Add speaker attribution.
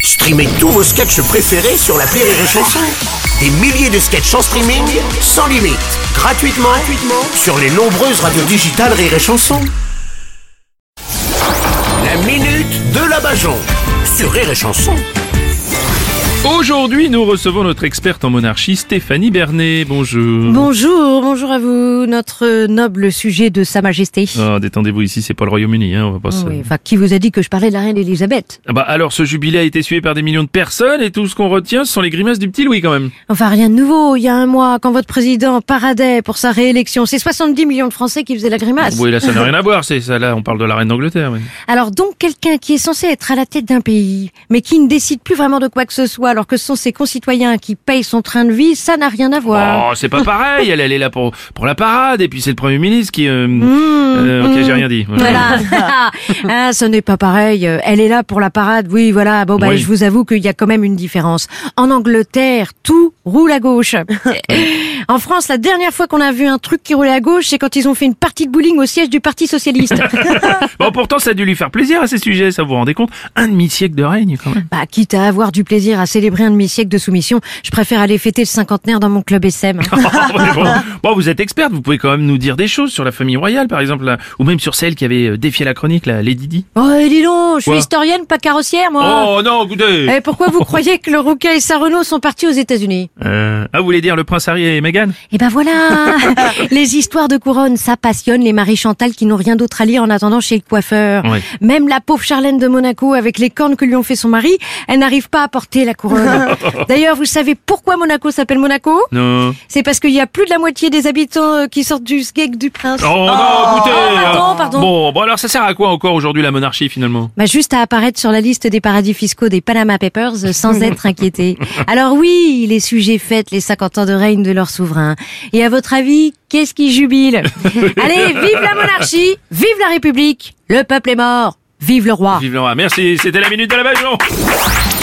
Speaker 1: Streamez tous vos sketchs préférés sur la Rire et Chanson. Des milliers de sketchs en streaming, sans limite, gratuitement, gratuitement sur les nombreuses radios digitales Rire et Chanson. La minute de la Bajon sur Rire et Chanson.
Speaker 2: Aujourd'hui, nous recevons notre experte en monarchie, Stéphanie Bernet. Bonjour.
Speaker 3: Bonjour, bonjour à vous, notre noble sujet de Sa Majesté.
Speaker 2: Ah, Détendez-vous ici, c'est pas le Royaume-Uni, hein, on va pas se-
Speaker 3: Oui, enfin, qui vous a dit que je parlais de la reine Elisabeth
Speaker 2: Ah bah alors, ce jubilé a été suivi par des millions de personnes et tout ce qu'on retient, ce sont les grimaces du petit Louis quand même.
Speaker 3: Enfin, rien de nouveau, il y a un mois, quand votre président paradait pour sa réélection, c'est 70 millions de Français qui faisaient la grimace.
Speaker 2: Oui, là, ça n'a rien à voir. C'est ça, là, on parle de la reine d'Angleterre. oui.
Speaker 3: Alors donc, quelqu'un qui est censé être à la tête d'un pays, mais qui ne décide plus vraiment de quoi que ce soit, alors que ce sont ses concitoyens qui payent son train de vie, ça n'a rien à voir.
Speaker 2: Oh, c'est pas pareil. Elle, elle est là pour pour la parade et puis c'est le premier ministre qui. euh, euh, ok, j'ai rien dit.
Speaker 3: Mmh, Voilà, Hein, ce n'est pas pareil. Euh, Elle est là pour la parade. Oui, voilà. Bon, bah,
Speaker 2: Oui.
Speaker 3: je vous avoue qu'il y a quand même une différence. En Angleterre, tout roule à gauche. en France, la dernière fois qu'on a vu un truc qui roulait à gauche, c'est quand ils ont fait une partie de bowling au siège du Parti socialiste.
Speaker 2: Bon, pourtant, ça a dû lui faire plaisir à ces sujets. Ça vous vous rendez compte Un demi siècle de règne quand même.
Speaker 3: bah, quitte à avoir du plaisir à célébrer un demi-siècle de soumission, je préfère aller fêter le cinquantenaire dans mon club SM. hein.
Speaker 2: Oh, mais bon. Bon, vous êtes experte. Vous pouvez quand même nous dire des choses sur la famille royale, par exemple, là, ou même sur celle qui avait euh, défié la chronique, la Lady Di.
Speaker 3: oh, et dis donc, je suis
Speaker 2: Quoi
Speaker 3: historienne, pas carrossière, moi.
Speaker 2: Oh non, écoutez
Speaker 3: Et pourquoi vous croyez que le Roca et sa Renault sont partis aux États-Unis
Speaker 2: Euh, Ah, vous voulez dire le prince Harry et Meghan
Speaker 3: Et ben voilà Les histoires de couronne, ça passionne les Marie Chantal qui n'ont rien d'autre à lire en attendant chez le coiffeur.
Speaker 2: Ouais.
Speaker 3: Même la pauvre Charlène de Monaco, avec les cornes que lui ont fait son mari, elle n'arrive pas à porter la couronne. D'ailleurs, vous savez pourquoi Monaco s'appelle Monaco
Speaker 2: Non.
Speaker 3: C'est parce qu'il y a plus de la moitié des habitants euh, qui sortent du sgeg du prince.
Speaker 2: Oh, non, écoutez
Speaker 3: pardon, pardon.
Speaker 2: Bon, bon, alors ça sert à quoi encore aujourd'hui la monarchie finalement
Speaker 3: Bah juste à apparaître sur la liste des paradis fiscaux des Panama Papers euh, sans être inquiété. Alors oui, les sujets fêtent les 50 ans de règne de leur souverain. Et à votre avis, qu'est-ce qui jubile Allez, vive la monarchie, vive la République, le peuple est mort, vive le roi.
Speaker 2: Oh. Vive le roi. Merci, c'était la minute de la Bajon